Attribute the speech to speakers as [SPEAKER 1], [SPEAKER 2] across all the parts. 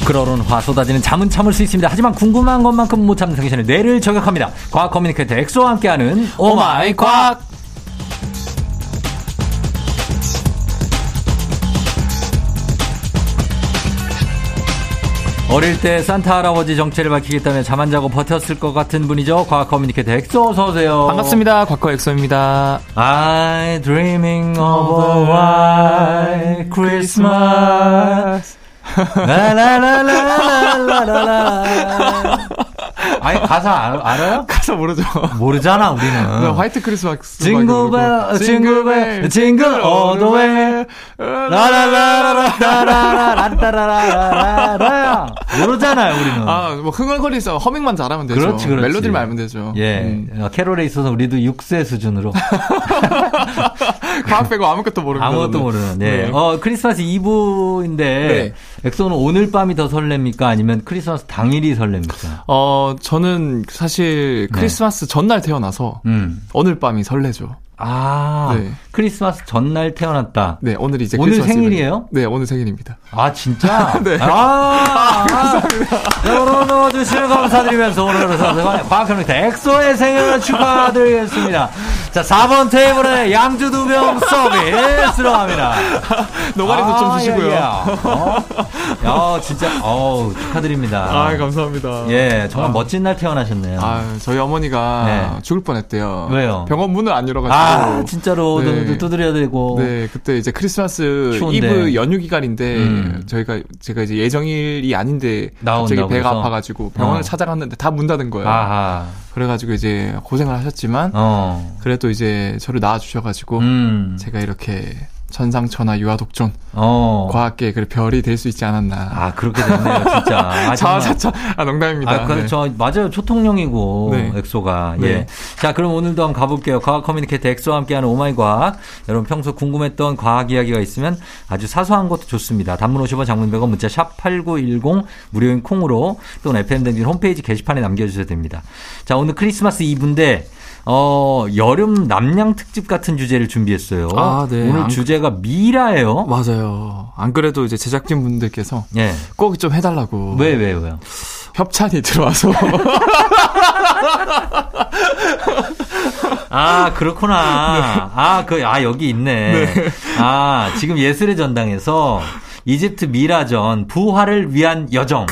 [SPEAKER 1] 부끄러운 화 쏟아지는 잠은 참을 수 있습니다. 하지만 궁금한 것만큼 못 참는 당신의 뇌를 저격합니다. 과학 커뮤니케이터 엑소와 함께하는 오마이 과학. 어릴 때 산타 할아버지 정체를 밝히겠다며 잠 안 자고 버텼을 것 같은 분이죠. 과학 커뮤니케이터 엑소 어서 오세요.
[SPEAKER 2] 반갑습니다. 과거 엑소입니다.
[SPEAKER 1] I dreaming of a white Christmas. 라라라라라라라. 아니 가사 알, 알아요?
[SPEAKER 2] 가사 모르죠.
[SPEAKER 1] 모르잖아 우리는.
[SPEAKER 2] 화이트 크리스마스.
[SPEAKER 1] 징글벨 징글벨 징글 all the way. 라라라라라라라라라라라. 모르잖아요 우리는.
[SPEAKER 2] 아, 뭐 흥얼거리서 허밍만 잘하면 되죠.
[SPEAKER 1] 그렇지, 그렇지.
[SPEAKER 2] 멜로디를 알면 되죠.
[SPEAKER 1] 예,
[SPEAKER 2] 음.
[SPEAKER 1] 어, 캐롤에 있어서 우리도 육세 수준으로
[SPEAKER 2] 과학 빼고 아무것도 모르는
[SPEAKER 1] 아무것도 모르는. 네.
[SPEAKER 2] 네.
[SPEAKER 1] 어 크리스마스 이브인데 엑소는 오늘 밤이 더 설렙니까? 아니면 크리스마스 당일이 설렙니까?
[SPEAKER 2] 어, 저는 사실 크리스마스 전날 태어나서
[SPEAKER 1] 네. 음.
[SPEAKER 2] 오늘 밤이 설레죠.
[SPEAKER 1] 아
[SPEAKER 2] 네.
[SPEAKER 1] 크리스마스 전날 태어났다.
[SPEAKER 2] 네, 오늘 이제
[SPEAKER 1] 오늘
[SPEAKER 2] 크리스마스
[SPEAKER 1] 생일이에요?
[SPEAKER 2] 이브니까. 네, 오늘 생일입니다.
[SPEAKER 1] 아 진짜?
[SPEAKER 2] 네.
[SPEAKER 1] 아, 감사합니다. 여러분 와주시는 거 감사드리면서 오늘은 과학커뮤니티 엑소의 생일을 축하드리겠습니다. 자 4번 테이블에 양주 두 병 서비스로 합니다.
[SPEAKER 2] 노가리도
[SPEAKER 1] 아,
[SPEAKER 2] 좀 주시고요.
[SPEAKER 1] 예, 예. 어? 야, 진짜, 어우, 축하드립니다.
[SPEAKER 2] 아, 감사합니다.
[SPEAKER 1] 예, 정말 멋진 날 태어나셨네요. 아,
[SPEAKER 2] 아, 저희 어머니가
[SPEAKER 1] 네.
[SPEAKER 2] 죽을 뻔했대요.
[SPEAKER 1] 왜요?
[SPEAKER 2] 병원 문을 안 열어가지고.
[SPEAKER 1] 아, 진짜로
[SPEAKER 2] 네.
[SPEAKER 1] 눈도 두드려야 되고.
[SPEAKER 2] 네, 그때 이제 크리스마스
[SPEAKER 1] 추운데.
[SPEAKER 2] 이브 연휴 기간인데
[SPEAKER 1] 음.
[SPEAKER 2] 저희가 제가 이제 예정일이 아닌데 갑자기
[SPEAKER 1] 나온다고
[SPEAKER 2] 배가
[SPEAKER 1] 해서?
[SPEAKER 2] 아파가지고 병원을
[SPEAKER 1] 어.
[SPEAKER 2] 찾아갔는데 다 문 닫은 거예요.
[SPEAKER 1] 아하.
[SPEAKER 2] 그래가지고 이제 고생을 하셨지만
[SPEAKER 1] 어.
[SPEAKER 2] 그래도 이제 저를 낳아주셔가지고
[SPEAKER 1] 음.
[SPEAKER 2] 제가 이렇게 천상천하 유아독존
[SPEAKER 1] 어.
[SPEAKER 2] 과학계 그 별이 될 수 있지 않았나.
[SPEAKER 1] 아, 그렇게 됐네요, 진짜. 아, 정말.
[SPEAKER 2] 자아자찬 아 농담입니다.
[SPEAKER 1] 아, 그,
[SPEAKER 2] 네.
[SPEAKER 1] 저, 맞아요. 초통령이고,
[SPEAKER 2] 네.
[SPEAKER 1] 엑소가.
[SPEAKER 2] 네.
[SPEAKER 1] 예. 자, 그럼 오늘도 한번 가볼게요. 과학 커뮤니케이터 엑소와 함께하는 오마이 과학. 여러분 평소 궁금했던 과학 이야기가 있으면 아주 사소한 것도 좋습니다. 단문 50원 장문 100원 문자 샵8910 무료인 콩으로 또는 FM댕진 홈페이지 게시판에 남겨주셔도 됩니다. 자, 오늘 크리스마스 이브인데, 어, 여름 남양 특집 같은 주제를 준비했어요.
[SPEAKER 2] 아, 네.
[SPEAKER 1] 오늘
[SPEAKER 2] 안-
[SPEAKER 1] 주제가 미라예요.
[SPEAKER 2] 맞아요. 안 그래도 이제 제작진 분들께서
[SPEAKER 1] 예.
[SPEAKER 2] 꼭 좀 해달라고
[SPEAKER 1] 왜, 왜, 왜요?
[SPEAKER 2] 협찬이 들어와서
[SPEAKER 1] 아,
[SPEAKER 2] 네.
[SPEAKER 1] 그렇구나. 아, 그, 아, 여기 있네. 아, 지금 예술의 전당에서 이집트 미라전 부활을 위한 여정.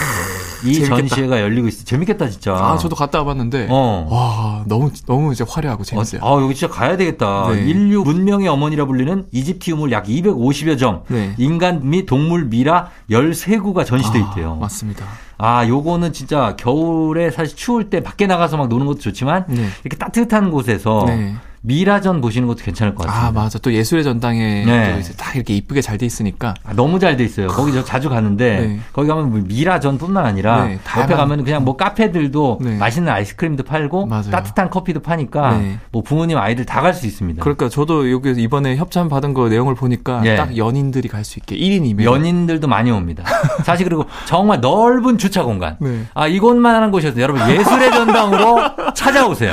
[SPEAKER 1] 이
[SPEAKER 2] 재밌겠다.
[SPEAKER 1] 전시회가 열리고 있어. 재밌겠다, 진짜.
[SPEAKER 2] 아 저도 갔다 와봤는데
[SPEAKER 1] 어.
[SPEAKER 2] 와 너무 너무 이제 화려하고
[SPEAKER 1] 어,
[SPEAKER 2] 재밌어요.
[SPEAKER 1] 아, 여기 진짜 가야 되겠다.
[SPEAKER 2] 네.
[SPEAKER 1] 인류 문명의 어머니라 불리는 이집티우물 약 250여 점,
[SPEAKER 2] 네.
[SPEAKER 1] 인간 및 동물 미라 13구가 전시돼
[SPEAKER 2] 아,
[SPEAKER 1] 있대요.
[SPEAKER 2] 맞습니다.
[SPEAKER 1] 아, 요거는 진짜 겨울에 사실 추울 때 밖에 나가서 막 노는 것도 좋지만
[SPEAKER 2] 네.
[SPEAKER 1] 이렇게 따뜻한 곳에서
[SPEAKER 2] 네.
[SPEAKER 1] 미라전 보시는 것도 괜찮을 것 같아요.
[SPEAKER 2] 아 맞아 또 예술의 전당에
[SPEAKER 1] 네.
[SPEAKER 2] 또 이제 다 이렇게 이쁘게 잘 돼 있으니까
[SPEAKER 1] 아, 너무 잘 돼 있어요. 거기 저 자주 가는데
[SPEAKER 2] 네.
[SPEAKER 1] 거기 가면 뭐 미라전뿐만 아니라
[SPEAKER 2] 네,
[SPEAKER 1] 옆에
[SPEAKER 2] 다양한-
[SPEAKER 1] 가면 그냥 뭐 카페들도
[SPEAKER 2] 네.
[SPEAKER 1] 맛있는 아이스크림도 팔고
[SPEAKER 2] 맞아요.
[SPEAKER 1] 따뜻한 커피도 파니까
[SPEAKER 2] 네.
[SPEAKER 1] 뭐 부모님 아이들 다 갈 수 있습니다.
[SPEAKER 2] 그러니까 저도 여기서 이번에 협찬 받은 거 내용을 보니까
[SPEAKER 1] 예.
[SPEAKER 2] 딱 연인들이 갈 수 있게 1인이면
[SPEAKER 1] 연인들도 많이 옵니다. 사실 그리고 정말 넓은 주차 공간.
[SPEAKER 2] 네.
[SPEAKER 1] 아 이곳만한 곳이어서 여러분 예술의 전당으로 찾아오세요.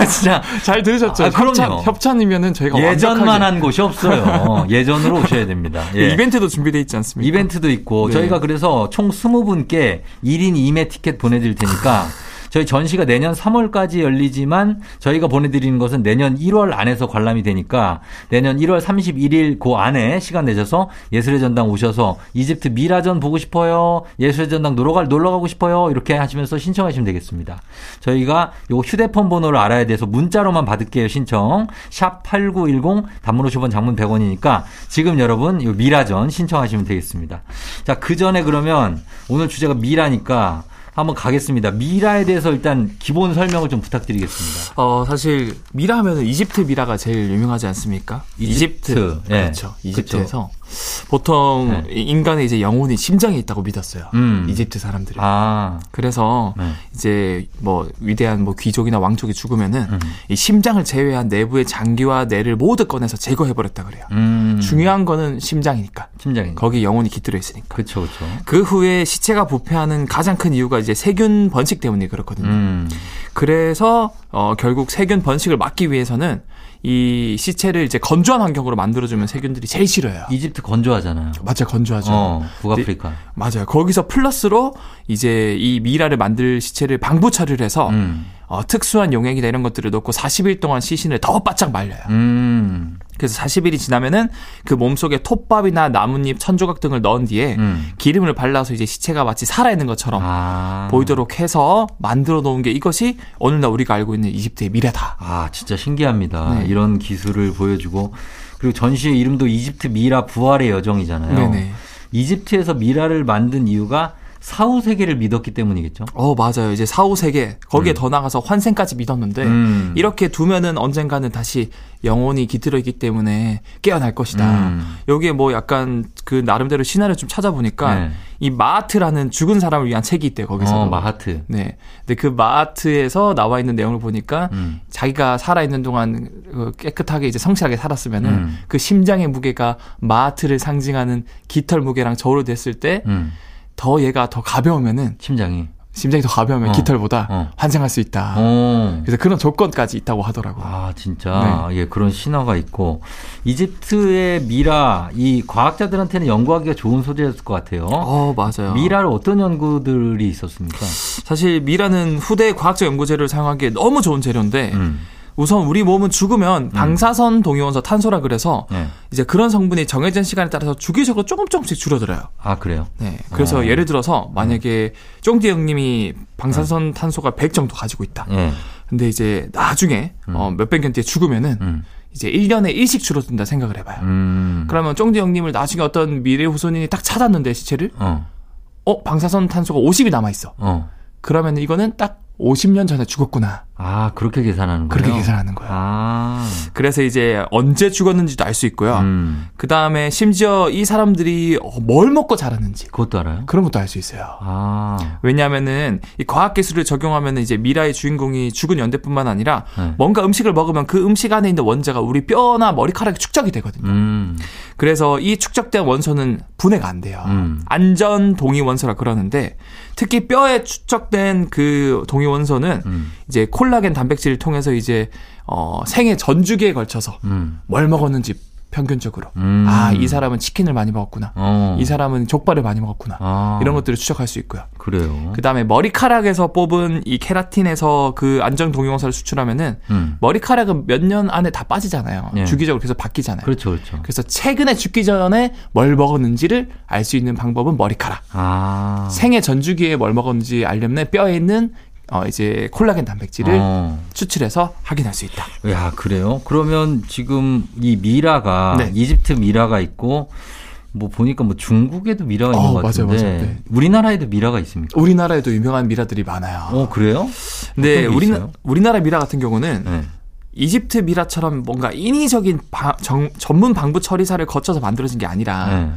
[SPEAKER 1] 아, 진짜
[SPEAKER 2] 잘 들으셨죠?
[SPEAKER 1] 아, 그럼요.
[SPEAKER 2] 협찬, 협찬이면은 저희가 완벽하게
[SPEAKER 1] 예전만한 곳이 없어요. 예전으로 오셔야 됩니다. 예.
[SPEAKER 2] 네, 이벤트도 준비돼 있지 않습니까?
[SPEAKER 1] 이벤트도 있고
[SPEAKER 2] 네.
[SPEAKER 1] 저희가 그래서 총 20분께 1인 2매 티켓 보내드릴 테니까 저희 전시가 내년 3월까지 열리지만 저희가 보내드리는 것은 내년 1월 안에서 관람이 되니까 내년 1월 31일 그 안에 시간 내셔서 예술의 전당 오셔서 이집트 미라전 보고 싶어요. 예술의 전당 놀러 갈 놀러 가고 싶어요. 이렇게 하시면서 신청하시면 되겠습니다. 저희가 요 휴대폰 번호를 알아야 돼서 문자로만 받을게요. 신청. 샵 8910 단문 50원 장문 100원이니까 지금 여러분 요 미라전 신청하시면 되겠습니다. 자, 그 전에 그러면 오늘 주제가 미라니까 한번 가겠습니다. 미라에 대해서 일단 기본 설명을 좀 부탁드리겠습니다.
[SPEAKER 2] 어 사실 미라 하면은 이집트 미라가 제일 유명하지 않습니까?
[SPEAKER 1] 이집트. 예. 네.
[SPEAKER 2] 그렇죠. 이집트에서 보통 인간의 이제 영혼이 심장에 있다고 믿었어요.
[SPEAKER 1] 음.
[SPEAKER 2] 이집트 사람들은.
[SPEAKER 1] 아.
[SPEAKER 2] 그래서
[SPEAKER 1] 네.
[SPEAKER 2] 이제 뭐 위대한 뭐 귀족이나 왕족이 죽으면은
[SPEAKER 1] 음.
[SPEAKER 2] 이 심장을 제외한 내부의 장기와 뇌를 모두 꺼내서 제거해 버렸다 그래요.
[SPEAKER 1] 음.
[SPEAKER 2] 중요한 거는 심장이니까.
[SPEAKER 1] 심장인 거.
[SPEAKER 2] 거기 영혼이 깃들어 있으니까.
[SPEAKER 1] 그렇죠. 그렇죠.
[SPEAKER 2] 그 후에 시체가 부패하는 가장 큰 이유가 이제 세균 번식 때문에 그렇거든요.
[SPEAKER 1] 음.
[SPEAKER 2] 그래서 어, 결국 세균 번식을 막기 위해서는 이 시체를 이제 건조한 환경으로 만들어주면 세균들이 제일 싫어요.
[SPEAKER 1] 이집트 건조하잖아요.
[SPEAKER 2] 맞아, 건조하죠.
[SPEAKER 1] 어, 북아프리카.
[SPEAKER 2] 맞아요. 거기서 플러스로 이제 이 미라를 만들 시체를 방부 처리를 해서
[SPEAKER 1] 음.
[SPEAKER 2] 어, 특수한 용액이나 이런 것들을 넣고 40일 동안 시신을 더 바짝 말려요.
[SPEAKER 1] 음.
[SPEAKER 2] 그래서 40일이 지나면은 그 몸속에 톱밥이나 나뭇잎, 천조각 등을 넣은 뒤에
[SPEAKER 1] 음.
[SPEAKER 2] 기름을 발라서 이제 시체가 마치 살아있는 것처럼
[SPEAKER 1] 아.
[SPEAKER 2] 보이도록 해서 만들어 놓은 게 이것이 오늘날 우리가 알고 있는 이집트의 미래다.
[SPEAKER 1] 아, 진짜 신기합니다.
[SPEAKER 2] 네.
[SPEAKER 1] 이런 기술을 보여주고 그리고 전시의 이름도 이집트 미라 부활의 여정이잖아요.
[SPEAKER 2] 네네.
[SPEAKER 1] 이집트에서 미라를 만든 이유가 사후 세계를 믿었기 때문이겠죠.
[SPEAKER 2] 어, 맞아요. 이제 4, 5 세계, 거기에 더 나가서 환생까지 믿었는데,
[SPEAKER 1] 음.
[SPEAKER 2] 네. 이렇게 두면은 언젠가는 다시 영혼이 깃들어 있기 때문에 깨어날 것이다.
[SPEAKER 1] 음.
[SPEAKER 2] 여기에 뭐 약간 그 나름대로 신화를 좀 찾아보니까,
[SPEAKER 1] 네.
[SPEAKER 2] 이 마하트라는 죽은 사람을 위한 책이 있대요, 거기서.
[SPEAKER 1] 어, 마하트.
[SPEAKER 2] 네. 근데 그 마하트에서 나와 있는 내용을 보니까,
[SPEAKER 1] 음.
[SPEAKER 2] 자기가 살아있는 동안 그 깨끗하게 이제 성실하게 살았으면은
[SPEAKER 1] 음.
[SPEAKER 2] 그 심장의 무게가 마하트를 상징하는 깃털 무게랑 저울로 됐을 때 더
[SPEAKER 1] 음.
[SPEAKER 2] 얘가 더 가벼우면은
[SPEAKER 1] 심장이.
[SPEAKER 2] 심장이 더 가벼우면
[SPEAKER 1] 어.
[SPEAKER 2] 깃털보다
[SPEAKER 1] 어.
[SPEAKER 2] 환생할 수 있다.
[SPEAKER 1] 어.
[SPEAKER 2] 그래서 그런 조건까지 있다고 하더라고요.
[SPEAKER 1] 아, 진짜.
[SPEAKER 2] 네.
[SPEAKER 1] 예, 그런 신화가 있고. 이집트의 미라, 이 과학자들한테는 연구하기가 좋은 소재였을 것 같아요.
[SPEAKER 2] 어, 맞아요.
[SPEAKER 1] 미라를 어떤 연구들이 있었습니까?
[SPEAKER 2] 사실 미라는 후대 과학적 연구 재료를 사용하기에 너무 좋은 재료인데
[SPEAKER 1] 음.
[SPEAKER 2] 우선 우리 몸은 죽으면 방사선 동위원소 탄소라 그래서
[SPEAKER 1] 예.
[SPEAKER 2] 이제 그런 성분이 정해진 시간에 따라서 주기적으로 조금 조금씩 줄어들어요.
[SPEAKER 1] 아, 그래요?
[SPEAKER 2] 네. 그래서
[SPEAKER 1] 어. 음.
[SPEAKER 2] 예를 들어서 만약에 쫑디 형님이 방사선 탄소가 100 정도 가지고 있다.
[SPEAKER 1] 예.
[SPEAKER 2] 근데 이제 나중에 어, 몇백 년 뒤에 죽으면은
[SPEAKER 1] 음.
[SPEAKER 2] 이제 1년에 1씩 줄어든다 생각을 해봐요.
[SPEAKER 1] 음.
[SPEAKER 2] 그러면 쫑디 형님을 나중에 어떤 미래 후손인이 딱 찾았는데 시체를
[SPEAKER 1] 어,
[SPEAKER 2] 어 방사선 탄소가 50이 남아 있어.
[SPEAKER 1] 어.
[SPEAKER 2] 그러면 이거는 딱 50년 전에 죽었구나.
[SPEAKER 1] 아, 그렇게 계산하는 거예요?
[SPEAKER 2] 그렇게 계산하는 거예요.
[SPEAKER 1] 아.
[SPEAKER 2] 그래서 이제 언제 죽었는지도 알 수 있고요.
[SPEAKER 1] 음.
[SPEAKER 2] 그 다음에 심지어 이 사람들이 어, 뭘 먹고 자랐는지
[SPEAKER 1] 그것도 알아요?
[SPEAKER 2] 그런 것도 알 수 있어요.
[SPEAKER 1] 아.
[SPEAKER 2] 왜냐하면은 이 과학 기술을 적용하면 이제 미라의 주인공이 죽은 연대뿐만 아니라
[SPEAKER 1] 네.
[SPEAKER 2] 뭔가 음식을 먹으면 그 음식 안에 있는 원자가 우리 뼈나 머리카락에 축적이 되거든요.
[SPEAKER 1] 음.
[SPEAKER 2] 그래서 이 축적된 원소는 분해가 안 돼요.
[SPEAKER 1] 음.
[SPEAKER 2] 안전 동위 원소라 그러는데 특히 뼈에 축적된 그 동위 원소는
[SPEAKER 1] 음.
[SPEAKER 2] 이제 콜라겐 단백질을 통해서 이제 어 생애 전 주기에 걸쳐서
[SPEAKER 1] 음.
[SPEAKER 2] 뭘 먹었는지 평균적으로
[SPEAKER 1] 음.
[SPEAKER 2] 아 이 사람은 치킨을 많이 먹었구나.
[SPEAKER 1] 어.
[SPEAKER 2] 이 사람은 족발을 많이 먹었구나.
[SPEAKER 1] 아.
[SPEAKER 2] 이런 것들을 추적할 수 있고요.
[SPEAKER 1] 그래요.
[SPEAKER 2] 그 다음에 머리카락에서 뽑은 이 케라틴에서 그 안정 동위원소를 수출하면은
[SPEAKER 1] 음.
[SPEAKER 2] 머리카락은 몇 년 안에 다 빠지잖아요.
[SPEAKER 1] 예.
[SPEAKER 2] 주기적으로 계속 바뀌잖아요.
[SPEAKER 1] 그렇죠, 그렇죠.
[SPEAKER 2] 그래서 최근에 죽기 전에 뭘 먹었는지를 알 수 있는 방법은 머리카락.
[SPEAKER 1] 아.
[SPEAKER 2] 생애 전주기에 뭘 먹었는지 알려면 뼈에 있는 어 이제 콜라겐 단백질을
[SPEAKER 1] 어.
[SPEAKER 2] 추출해서 확인할 수 있다.
[SPEAKER 1] 야, 그래요? 그러면 지금 이 미라가
[SPEAKER 2] 네.
[SPEAKER 1] 이집트 미라가 있고 뭐 보니까 뭐 중국에도 미라가
[SPEAKER 2] 어,
[SPEAKER 1] 있는 것
[SPEAKER 2] 맞아요,
[SPEAKER 1] 같은데
[SPEAKER 2] 맞아요. 네.
[SPEAKER 1] 우리나라에도 미라가 있습니까?
[SPEAKER 2] 우리나라에도 유명한 미라들이 많아요.
[SPEAKER 1] 어, 그래요?
[SPEAKER 2] 근데
[SPEAKER 1] 어떤 게
[SPEAKER 2] 우리
[SPEAKER 1] 있어요?
[SPEAKER 2] 우리나라 미라 같은 경우는
[SPEAKER 1] 네.
[SPEAKER 2] 이집트 미라처럼 뭔가 인위적인 바- 정- 전문 방부 처리사를 거쳐서 만들어진 게 아니라
[SPEAKER 1] 네.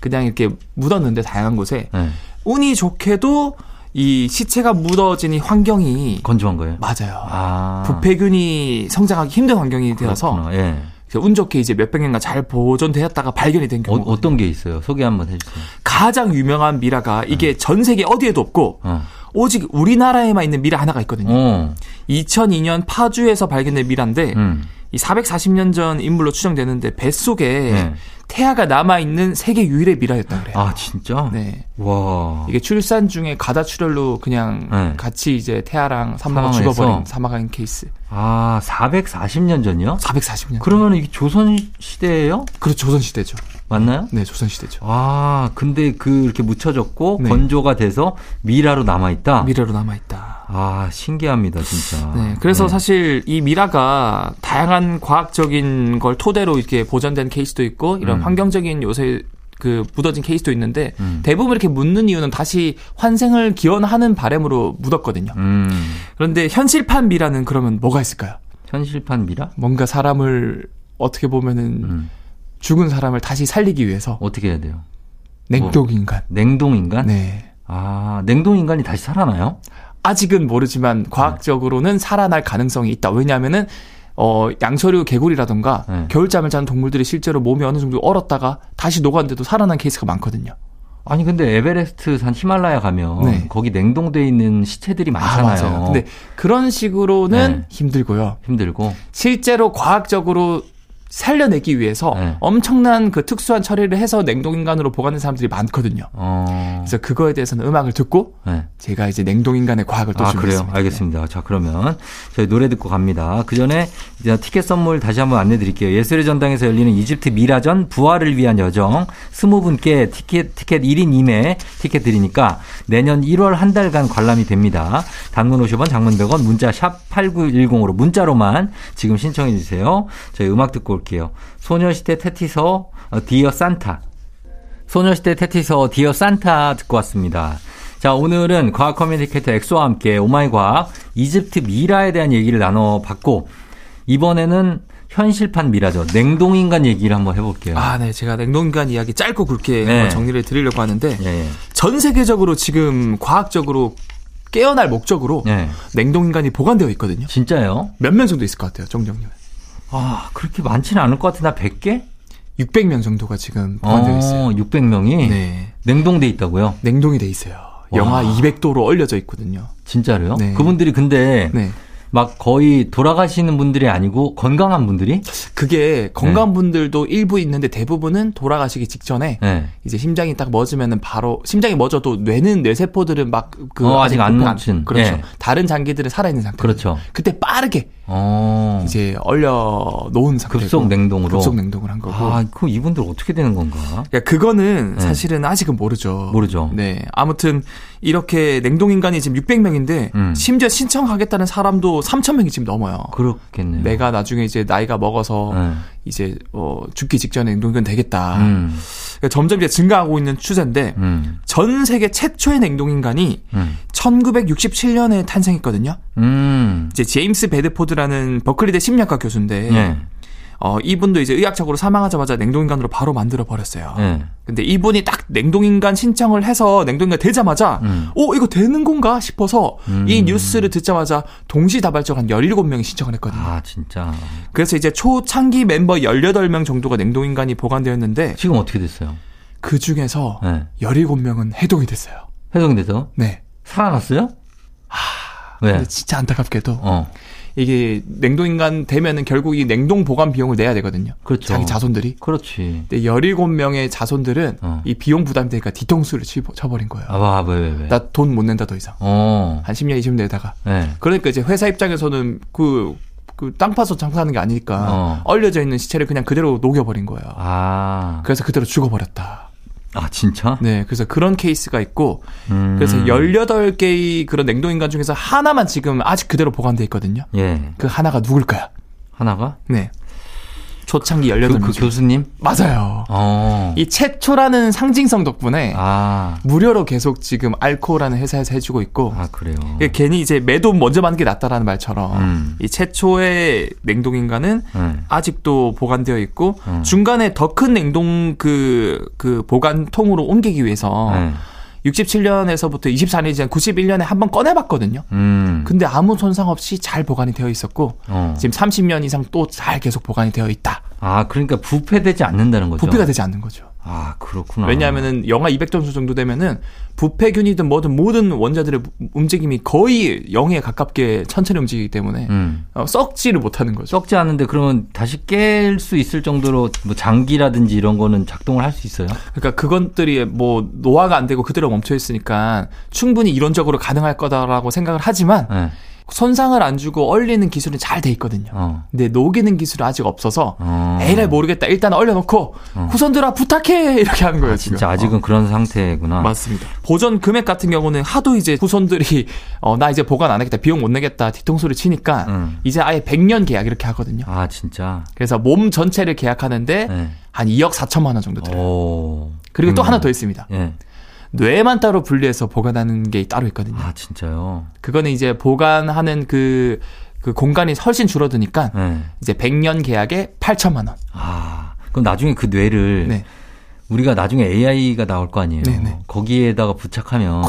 [SPEAKER 2] 그냥 이렇게 묻었는데 다양한 곳에
[SPEAKER 1] 네.
[SPEAKER 2] 운이 좋게도 이 시체가 묻어진 이 환경이
[SPEAKER 1] 건조한 거예요.
[SPEAKER 2] 맞아요.
[SPEAKER 1] 아.
[SPEAKER 2] 부패균이 성장하기 힘든 환경이 되어서
[SPEAKER 1] 그렇구나. 예.
[SPEAKER 2] 그래서 운 좋게 이제 몇백 년간 잘 보존되었다가 발견이 된
[SPEAKER 1] 어,
[SPEAKER 2] 경우
[SPEAKER 1] 어떤 게 있어요? 소개 한번 해주세요.
[SPEAKER 2] 가장 유명한 미라가
[SPEAKER 1] 네.
[SPEAKER 2] 이게 전 세계 어디에도 없고
[SPEAKER 1] 어.
[SPEAKER 2] 오직 우리나라에만 있는 미라 하나가 있거든요.
[SPEAKER 1] 어.
[SPEAKER 2] 2002년 파주에서 발견된 미라인데
[SPEAKER 1] 음.
[SPEAKER 2] 이 440년 전 인물로 추정되는데 뱃속에
[SPEAKER 1] 네.
[SPEAKER 2] 태아가 남아 있는 세계 유일의 미라였다 그래요.
[SPEAKER 1] 아, 진짜?
[SPEAKER 2] 네.
[SPEAKER 1] 와.
[SPEAKER 2] 이게 출산 중에 가다 출혈로 그냥
[SPEAKER 1] 네.
[SPEAKER 2] 같이 이제 태아랑 산모가
[SPEAKER 1] 사망해서?
[SPEAKER 2] 죽어버린 사망한 케이스.
[SPEAKER 1] 아, 440년 전이요?
[SPEAKER 2] 440년. 그,
[SPEAKER 1] 그러면 이게 조선 시대예요?
[SPEAKER 2] 렇죠 조선 시대죠.
[SPEAKER 1] 맞나요?
[SPEAKER 2] 네, 조선 시대죠.
[SPEAKER 1] 아, 근데 그 이렇게 묻혀졌고
[SPEAKER 2] 네.
[SPEAKER 1] 건조가 돼서 미라로 남아 있다.
[SPEAKER 2] 미래로 남아 있다.
[SPEAKER 1] 아, 신기합니다, 진짜.
[SPEAKER 2] 네, 그래서
[SPEAKER 1] 네.
[SPEAKER 2] 사실 이 미라가 다양한 과학적인 걸 토대로 이렇게 보존된 케이스도 있고 이런
[SPEAKER 1] 음.
[SPEAKER 2] 환경적인 요새 그 묻어진 케이스도 있는데
[SPEAKER 1] 음.
[SPEAKER 2] 대부분 이렇게 묻는 이유는 다시 환생을 기원하는 바램으로 묻었거든요.
[SPEAKER 1] 음,
[SPEAKER 2] 그런데 현실판 미라는 그러면 뭐가 있을까요?
[SPEAKER 1] 현실판 미라?
[SPEAKER 2] 뭔가 사람을 어떻게 보면은
[SPEAKER 1] 음.
[SPEAKER 2] 죽은 사람을 다시 살리기 위해서
[SPEAKER 1] 어떻게 어. 해야 돼요?
[SPEAKER 2] 냉동 인간.
[SPEAKER 1] 냉동 인간?
[SPEAKER 2] 네.
[SPEAKER 1] 아, 냉동 인간이 다시 살아나요?
[SPEAKER 2] 아직은 모르지만 과학적으로는 살아날 가능성이 있다. 왜냐하면은 어 양서류 개구리라던가
[SPEAKER 1] 네.
[SPEAKER 2] 겨울잠을 자는 동물들이 실제로 몸이 어느 정도 얼었다가 다시 녹았는데도 살아난 케이스가 많거든요.
[SPEAKER 1] 아니 근데 에베레스트 산 히말라야 가면
[SPEAKER 2] 네.
[SPEAKER 1] 거기 냉동돼 있는 시체들이 많잖아요.
[SPEAKER 2] 근데 그런 식으로는
[SPEAKER 1] 네.
[SPEAKER 2] 힘들고요.
[SPEAKER 1] 힘들고
[SPEAKER 2] 실제로 과학적으로 살려내기 위해서
[SPEAKER 1] 네.
[SPEAKER 2] 엄청난 그 특수한 처리를 해서 냉동인간으로 보관하는 사람들이 많거든요.
[SPEAKER 1] 어.
[SPEAKER 2] 그래서 그거에 대해서는 음악을 듣고
[SPEAKER 1] 네.
[SPEAKER 2] 제가 이제 냉동인간의 과학을 또
[SPEAKER 1] 아
[SPEAKER 2] 준비했습니다. 네.
[SPEAKER 1] 그래요. 알겠습니다. 자 그러면 저희 노래 듣고 갑니다. 그 전에 이제 티켓 선물 다시 한번 안내드릴게요. 예술의 전당에서 열리는 이집트 미라전 부활을 위한 여정 스무 분께 티켓 티켓 1인 2매 티켓 드리니까 내년 1월 한 달간 관람이 됩니다. 단문 50원, 장문 100원, 문자 샵 #8910으로 문자로만 지금 신청해 주세요. 저희 음악 듣고 올게요. 소녀시대 테티서 어, 디어 산타 소녀시대 테티서 디어 산타 듣고 왔습니다. 자, 오늘은 과학 커뮤니케이터 엑소와 함께 오마이 과학 이집트 미라에 대한 얘기를 나눠봤고, 이번에는 현실판 미라죠. 냉동인간 얘기를 한번 해볼게요.
[SPEAKER 2] 아, 네. 제가 냉동인간 이야기 짧고 굵게
[SPEAKER 1] 네.
[SPEAKER 2] 한번 정리를 드리려고 하는데
[SPEAKER 1] 예, 예.
[SPEAKER 2] 전 세계적으로 지금 과학적으로 깨어날 목적으로
[SPEAKER 1] 네.
[SPEAKER 2] 냉동인간이 보관되어 있거든요.
[SPEAKER 1] 진짜요?
[SPEAKER 2] 몇 명 정도 있을 것 같아요, 정정님?
[SPEAKER 1] 아, 그렇게 많지는 않을 것 같은데, 한 100개?
[SPEAKER 2] 600명 정도가 지금 보관되어 있어요.
[SPEAKER 1] 600명이
[SPEAKER 2] 네.
[SPEAKER 1] 냉동돼 있다고요?
[SPEAKER 2] 냉동이 돼 있어요. 영하 200도로 얼려져 있거든요.
[SPEAKER 1] 진짜로요?
[SPEAKER 2] 네.
[SPEAKER 1] 그분들이 근데
[SPEAKER 2] 네.
[SPEAKER 1] 막 거의 돌아가시는 분들이 아니고 건강한 분들이?
[SPEAKER 2] 그게 건강분들도 일부 있는데 대부분은 돌아가시기 직전에
[SPEAKER 1] 네.
[SPEAKER 2] 이제 심장이 딱 멎으면은 바로 심장이 멎어도 뇌는 뇌세포들은 막 그
[SPEAKER 1] 어, 아직 안 놓친.
[SPEAKER 2] 그렇죠.
[SPEAKER 1] 예.
[SPEAKER 2] 다른 장기들은 살아 있는 상태.
[SPEAKER 1] 그렇죠.
[SPEAKER 2] 그때 빠르게
[SPEAKER 1] 어.
[SPEAKER 2] 이제 얼려 놓은 상태.
[SPEAKER 1] 급속 냉동으로.
[SPEAKER 2] 급속 냉동을 한 거고.
[SPEAKER 1] 아, 그럼 이분들 어떻게 되는 건가?
[SPEAKER 2] 그러니까 그거는
[SPEAKER 1] 네.
[SPEAKER 2] 사실은 아직은 모르죠.
[SPEAKER 1] 모르죠.
[SPEAKER 2] 네. 아무튼 이렇게 냉동인간이 지금 600명인데
[SPEAKER 1] 음.
[SPEAKER 2] 심지어 신청하겠다는 사람도 3,000명이 지금 넘어요.
[SPEAKER 1] 그렇겠네요.
[SPEAKER 2] 내가 나중에 이제 나이가 먹어서
[SPEAKER 1] 네.
[SPEAKER 2] 이제 어 죽기 직전에 냉동인간 되겠다.
[SPEAKER 1] 음,
[SPEAKER 2] 그러니까 점점 이제 증가하고 있는 추세인데
[SPEAKER 1] 음,
[SPEAKER 2] 전 세계 최초의 냉동인간이
[SPEAKER 1] 음,
[SPEAKER 2] 1967년에 탄생했거든요.
[SPEAKER 1] 음.
[SPEAKER 2] 이제 제임스 베드포드라는 버클리대 심리학과 교수인데
[SPEAKER 1] 예,
[SPEAKER 2] 어, 이분도 이제 의학적으로 사망하자마자 냉동인간으로 바로 만들어 버렸어요.
[SPEAKER 1] 예.
[SPEAKER 2] 근데 이분이 딱 냉동인간 신청을 해서 냉동인간 되자마자
[SPEAKER 1] 음.
[SPEAKER 2] 어 이거 되는 건가 싶어서
[SPEAKER 1] 음.
[SPEAKER 2] 이 뉴스를 듣자마자 동시다발적 한 17명이 신청을 했거든요.
[SPEAKER 1] 아, 진짜.
[SPEAKER 2] 그래서 이제 초창기 멤버 18명 정도가 냉동인간이 보관되었는데
[SPEAKER 1] 지금 어떻게 됐어요?
[SPEAKER 2] 그 중에서
[SPEAKER 1] 예.
[SPEAKER 2] 17명은 해동이 됐어요.
[SPEAKER 1] 해동돼서
[SPEAKER 2] 네.
[SPEAKER 1] 살아났어요? 왜?
[SPEAKER 2] 근데 진짜 안타깝게도
[SPEAKER 1] 어,
[SPEAKER 2] 이게 냉동인간 되면은 결국 이 냉동 보관 비용을 내야 되거든요.
[SPEAKER 1] 그렇죠.
[SPEAKER 2] 자기 자손들이.
[SPEAKER 1] 그렇지.
[SPEAKER 2] 근데 17명의 자손들은
[SPEAKER 1] 어.
[SPEAKER 2] 이 비용 부담이 되니까 뒤통수를 치버- 쳐버린 거예요.
[SPEAKER 1] 아, 와, 왜, 왜, 왜?
[SPEAKER 2] 나 돈 못 낸다 더 이상.
[SPEAKER 1] 어,
[SPEAKER 2] 한 10년, 20년 내다가.
[SPEAKER 1] 예.
[SPEAKER 2] 그러니까 이제 회사 입장에서는 그, 그 땅 파서 장사하는 게 아니니까
[SPEAKER 1] 어.
[SPEAKER 2] 얼려져 있는 시체를 그냥 그대로 녹여버린 거예요.
[SPEAKER 1] 아,
[SPEAKER 2] 그래서 그대로 죽어버렸다.
[SPEAKER 1] 아, 진짜?
[SPEAKER 2] 네, 그래서 그런 케이스가 있고,
[SPEAKER 1] 음.
[SPEAKER 2] 그래서 18개의 그런 냉동인간 중에서 하나만 지금 아직 그대로 보관돼 있거든요.
[SPEAKER 1] 예.
[SPEAKER 2] 그 하나가 누굴까요?
[SPEAKER 1] 하나가?
[SPEAKER 2] 네. 초창기 예.
[SPEAKER 1] 그,
[SPEAKER 2] 18명.
[SPEAKER 1] 그
[SPEAKER 2] 중
[SPEAKER 1] 교수님?
[SPEAKER 2] 맞아요.
[SPEAKER 1] 어.
[SPEAKER 2] 이 최초라는 상징성 덕분에
[SPEAKER 1] 아,
[SPEAKER 2] 무료로 계속 지금 알코라는 회사에서 해주고 있고
[SPEAKER 1] 아, 그래요.
[SPEAKER 2] 이게 괜히 이제 매도 먼저 받는 게 낫다라는 말처럼
[SPEAKER 1] 음.
[SPEAKER 2] 이 최초의 냉동 인간은
[SPEAKER 1] 예.
[SPEAKER 2] 아직도 보관되어 있고
[SPEAKER 1] 음.
[SPEAKER 2] 중간에 더 큰 냉동 그, 그 보관통으로 옮기기 위해서
[SPEAKER 1] 예.
[SPEAKER 2] 67년에서부터 24년이 지난 91년에 한 번 꺼내봤거든요.
[SPEAKER 1] 음.
[SPEAKER 2] 근데 아무 손상 없이 잘 보관이 되어 있었고
[SPEAKER 1] 어.
[SPEAKER 2] 지금 30년 이상 또 잘 계속 보관이 되어 있다.
[SPEAKER 1] 아, 그러니까 부패되지 않는다는 거죠.
[SPEAKER 2] 부패가 되지 않는 거죠.
[SPEAKER 1] 아, 그렇구나.
[SPEAKER 2] 왜냐하면은 영하 200점수 정도 되면은 부패균이든 뭐든 모든 원자들의 움직임이 거의 0에 가깝게 천천히 움직이기 때문에
[SPEAKER 1] 음.
[SPEAKER 2] 어, 썩지를 못하는 거죠.
[SPEAKER 1] 썩지 않은데 그러면 다시 깰 수 있을 정도로 뭐 장기라든지 이런 거는 작동을 할 수 있어요?
[SPEAKER 2] 그러니까 그것들이 뭐 노화가 안 되고 그대로 멈춰 있으니까 충분히 이론적으로 가능할 거다라고 생각을 하지만
[SPEAKER 1] 네.
[SPEAKER 2] 손상을 안 주고 얼리는 기술은 잘 돼 있거든요.
[SPEAKER 1] 어.
[SPEAKER 2] 근데 녹이는 기술이 아직 없어서
[SPEAKER 1] 어.
[SPEAKER 2] 에이랄 모르겠다 일단 얼려놓고 후손들아 부탁해 이렇게 한 거예요.
[SPEAKER 1] 음. 아,
[SPEAKER 2] 지금. 어,
[SPEAKER 1] 진짜 아직은 그런 상태구나.
[SPEAKER 2] 맞습니다. 보존 금액 같은 경우는 하도 이제 후손들이 어, 나 이제 보관 안 하겠다 비용 못 내겠다 뒤통수를 치니까
[SPEAKER 1] 음.
[SPEAKER 2] 이제 아예 100년 계약 이렇게 하거든요.
[SPEAKER 1] 아, 진짜.
[SPEAKER 2] 그래서 몸 전체를 계약하는데
[SPEAKER 1] 네.
[SPEAKER 2] 한 2억 4천만 원 정도 들어요.
[SPEAKER 1] 오.
[SPEAKER 2] 그리고 또
[SPEAKER 1] 음.
[SPEAKER 2] 하나 더 있습니다.
[SPEAKER 1] 예.
[SPEAKER 2] 뇌만 따로 분리해서 보관하는 게 따로 있거든요.
[SPEAKER 1] 아, 진짜요?
[SPEAKER 2] 그거는 이제 보관하는 그, 그 공간이 훨씬 줄어드니까
[SPEAKER 1] 예.
[SPEAKER 2] 이제 100년 계약에 8천만 원.
[SPEAKER 1] 아. 그럼 나중에 그 뇌를
[SPEAKER 2] 네.
[SPEAKER 1] 우리가 나중에 AI가 나올 거 아니에요.
[SPEAKER 2] 네, 네.
[SPEAKER 1] 거기에다가 부착하면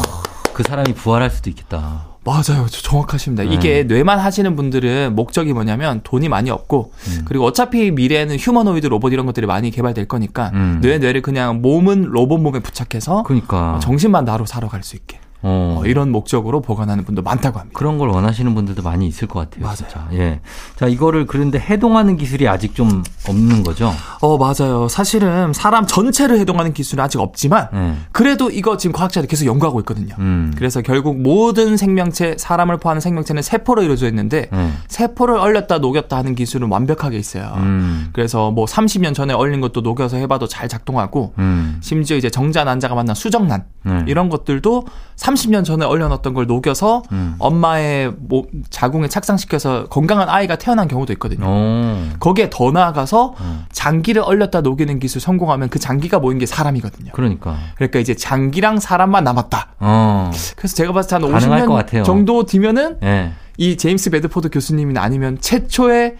[SPEAKER 1] 그 사람이 부활할 수도 있겠다.
[SPEAKER 2] 맞아요. 저- 정확하십니다. 이게 뇌만 하시는 분들은 목적이 뭐냐면 돈이 많이 없고 그리고 어차피 미래에는 휴머노이드 로봇 이런 것들이 많이 개발될 거니까
[SPEAKER 1] 음.
[SPEAKER 2] 뇌 뇌를 그냥 몸은 로봇 몸에 부착해서
[SPEAKER 1] 그러니까.
[SPEAKER 2] 어? 아, 정신만 나로 살아갈 수 있게
[SPEAKER 1] 어.
[SPEAKER 2] 어, 이런 목적으로 보관하는 분도 많다고 합니다.
[SPEAKER 1] 그런 걸 원하시는 분들도 많이 있을 것 같아요.
[SPEAKER 2] 맞아요.
[SPEAKER 1] 진짜. 예. 자, 이거를 그런데 해동하는 기술이 아직 좀 없는 거죠.
[SPEAKER 2] 어 맞아요. 사실은 사람 전체를 해동하는 기술은 아직 없지만
[SPEAKER 1] 예.
[SPEAKER 2] 그래도 이거 지금 과학자들이 계속 연구하고 있거든요.
[SPEAKER 1] 음.
[SPEAKER 2] 그래서 결국 모든 생명체, 사람을 포함한 생명체는 세포로 이루어져 있는데
[SPEAKER 1] 예.
[SPEAKER 2] 세포를 얼렸다 녹였다 하는 기술은 완벽하게 있어요.
[SPEAKER 1] 음.
[SPEAKER 2] 그래서 뭐 30년 전에 얼린 것도 녹여서 해봐도 잘 작동하고
[SPEAKER 1] 음.
[SPEAKER 2] 심지어 이제 정자 난자가 만난 수정란
[SPEAKER 1] 네.
[SPEAKER 2] 이런 것들도 30년 전에 얼려놨던 걸 녹여서
[SPEAKER 1] 음.
[SPEAKER 2] 엄마의 뭐 자궁에 착상시켜서 건강한 아이가 태어난 경우도 있거든요.
[SPEAKER 1] 오.
[SPEAKER 2] 거기에 더 나아가서
[SPEAKER 1] 음.
[SPEAKER 2] 장기를 얼렸다 녹이는 기술 성공하면 그 장기가 모인 게 사람이거든요.
[SPEAKER 1] 그러니까.
[SPEAKER 2] 그러니까 이제 장기랑 사람만 남았다.
[SPEAKER 1] 어.
[SPEAKER 2] 그래서 제가 봤을 때 한
[SPEAKER 1] 가능할 것 같아요.
[SPEAKER 2] 50년 정도 뒤면은
[SPEAKER 1] 예.
[SPEAKER 2] 이 제임스 베드포드 교수님이나 아니면 최초의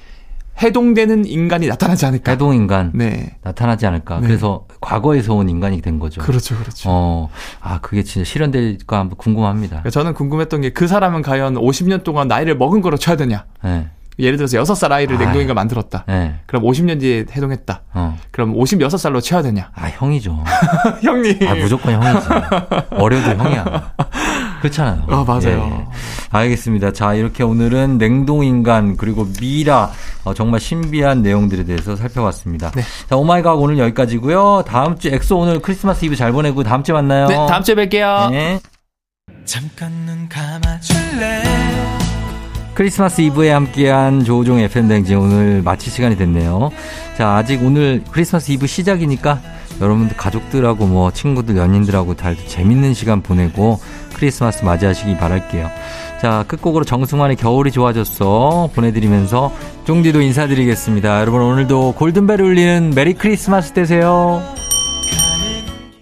[SPEAKER 2] 해동되는 인간이 나타나지 않을까.
[SPEAKER 1] 해동 인간
[SPEAKER 2] 네.
[SPEAKER 1] 나타나지 않을까.
[SPEAKER 2] 그러니까 네.
[SPEAKER 1] 그래서 과거에서 온 인간이 된 거죠.
[SPEAKER 2] 그렇죠, 그렇죠.
[SPEAKER 1] 어. 아, 그게 진짜 실현될까 한번 궁금합니다.
[SPEAKER 2] 그러니까 저는 궁금했던 게 그 사람은 과연 50년 동안 나이를 먹은 거로 쳐야 되냐.
[SPEAKER 1] 예.
[SPEAKER 2] 예를 들어서 6살 아이를
[SPEAKER 1] 아.
[SPEAKER 2] 냉동인가 만들었다.
[SPEAKER 1] 예.
[SPEAKER 2] 그럼 50년 뒤에 해동했다.
[SPEAKER 1] 어.
[SPEAKER 2] 그럼 56살로 쳐야 되냐.
[SPEAKER 1] 아, 형이죠.
[SPEAKER 2] 형님.
[SPEAKER 1] 아, 무조건 형이지. 어려도 형이야. 그렇잖아요. 예.
[SPEAKER 2] 아, 맞아요.
[SPEAKER 1] 알겠습니다. 자, 이렇게 오늘은 냉동인간, 그리고 미라, 어, 정말 신비한 내용들에 대해서 살펴봤습니다.
[SPEAKER 2] 네.
[SPEAKER 1] 자, 오마이갓 오늘 여기까지고요 다음 주 엑소 오늘 크리스마스 이브 잘 보내고 다음 주에 만나요.
[SPEAKER 2] 네, 다음 주에 뵐게요.
[SPEAKER 1] 예. 네.
[SPEAKER 3] 잠깐 눈 감아줄래
[SPEAKER 1] 크리스마스 이브에 함께한 조우종 FM 댕진 오늘 마칠 시간이 됐네요. 자, 아직 오늘 크리스마스 이브 시작이니까 여러분들 가족들하고 뭐 친구들, 연인들하고 다 재밌는 시간 보내고 크리스마스 맞이하시기 바랄게요. 자, 끝곡으로 정승환의 겨울이 좋아졌어 보내드리면서 쫑디도 인사드리겠습니다. 여러분 오늘도 골든벨 울리는 메리 크리스마스 되세요.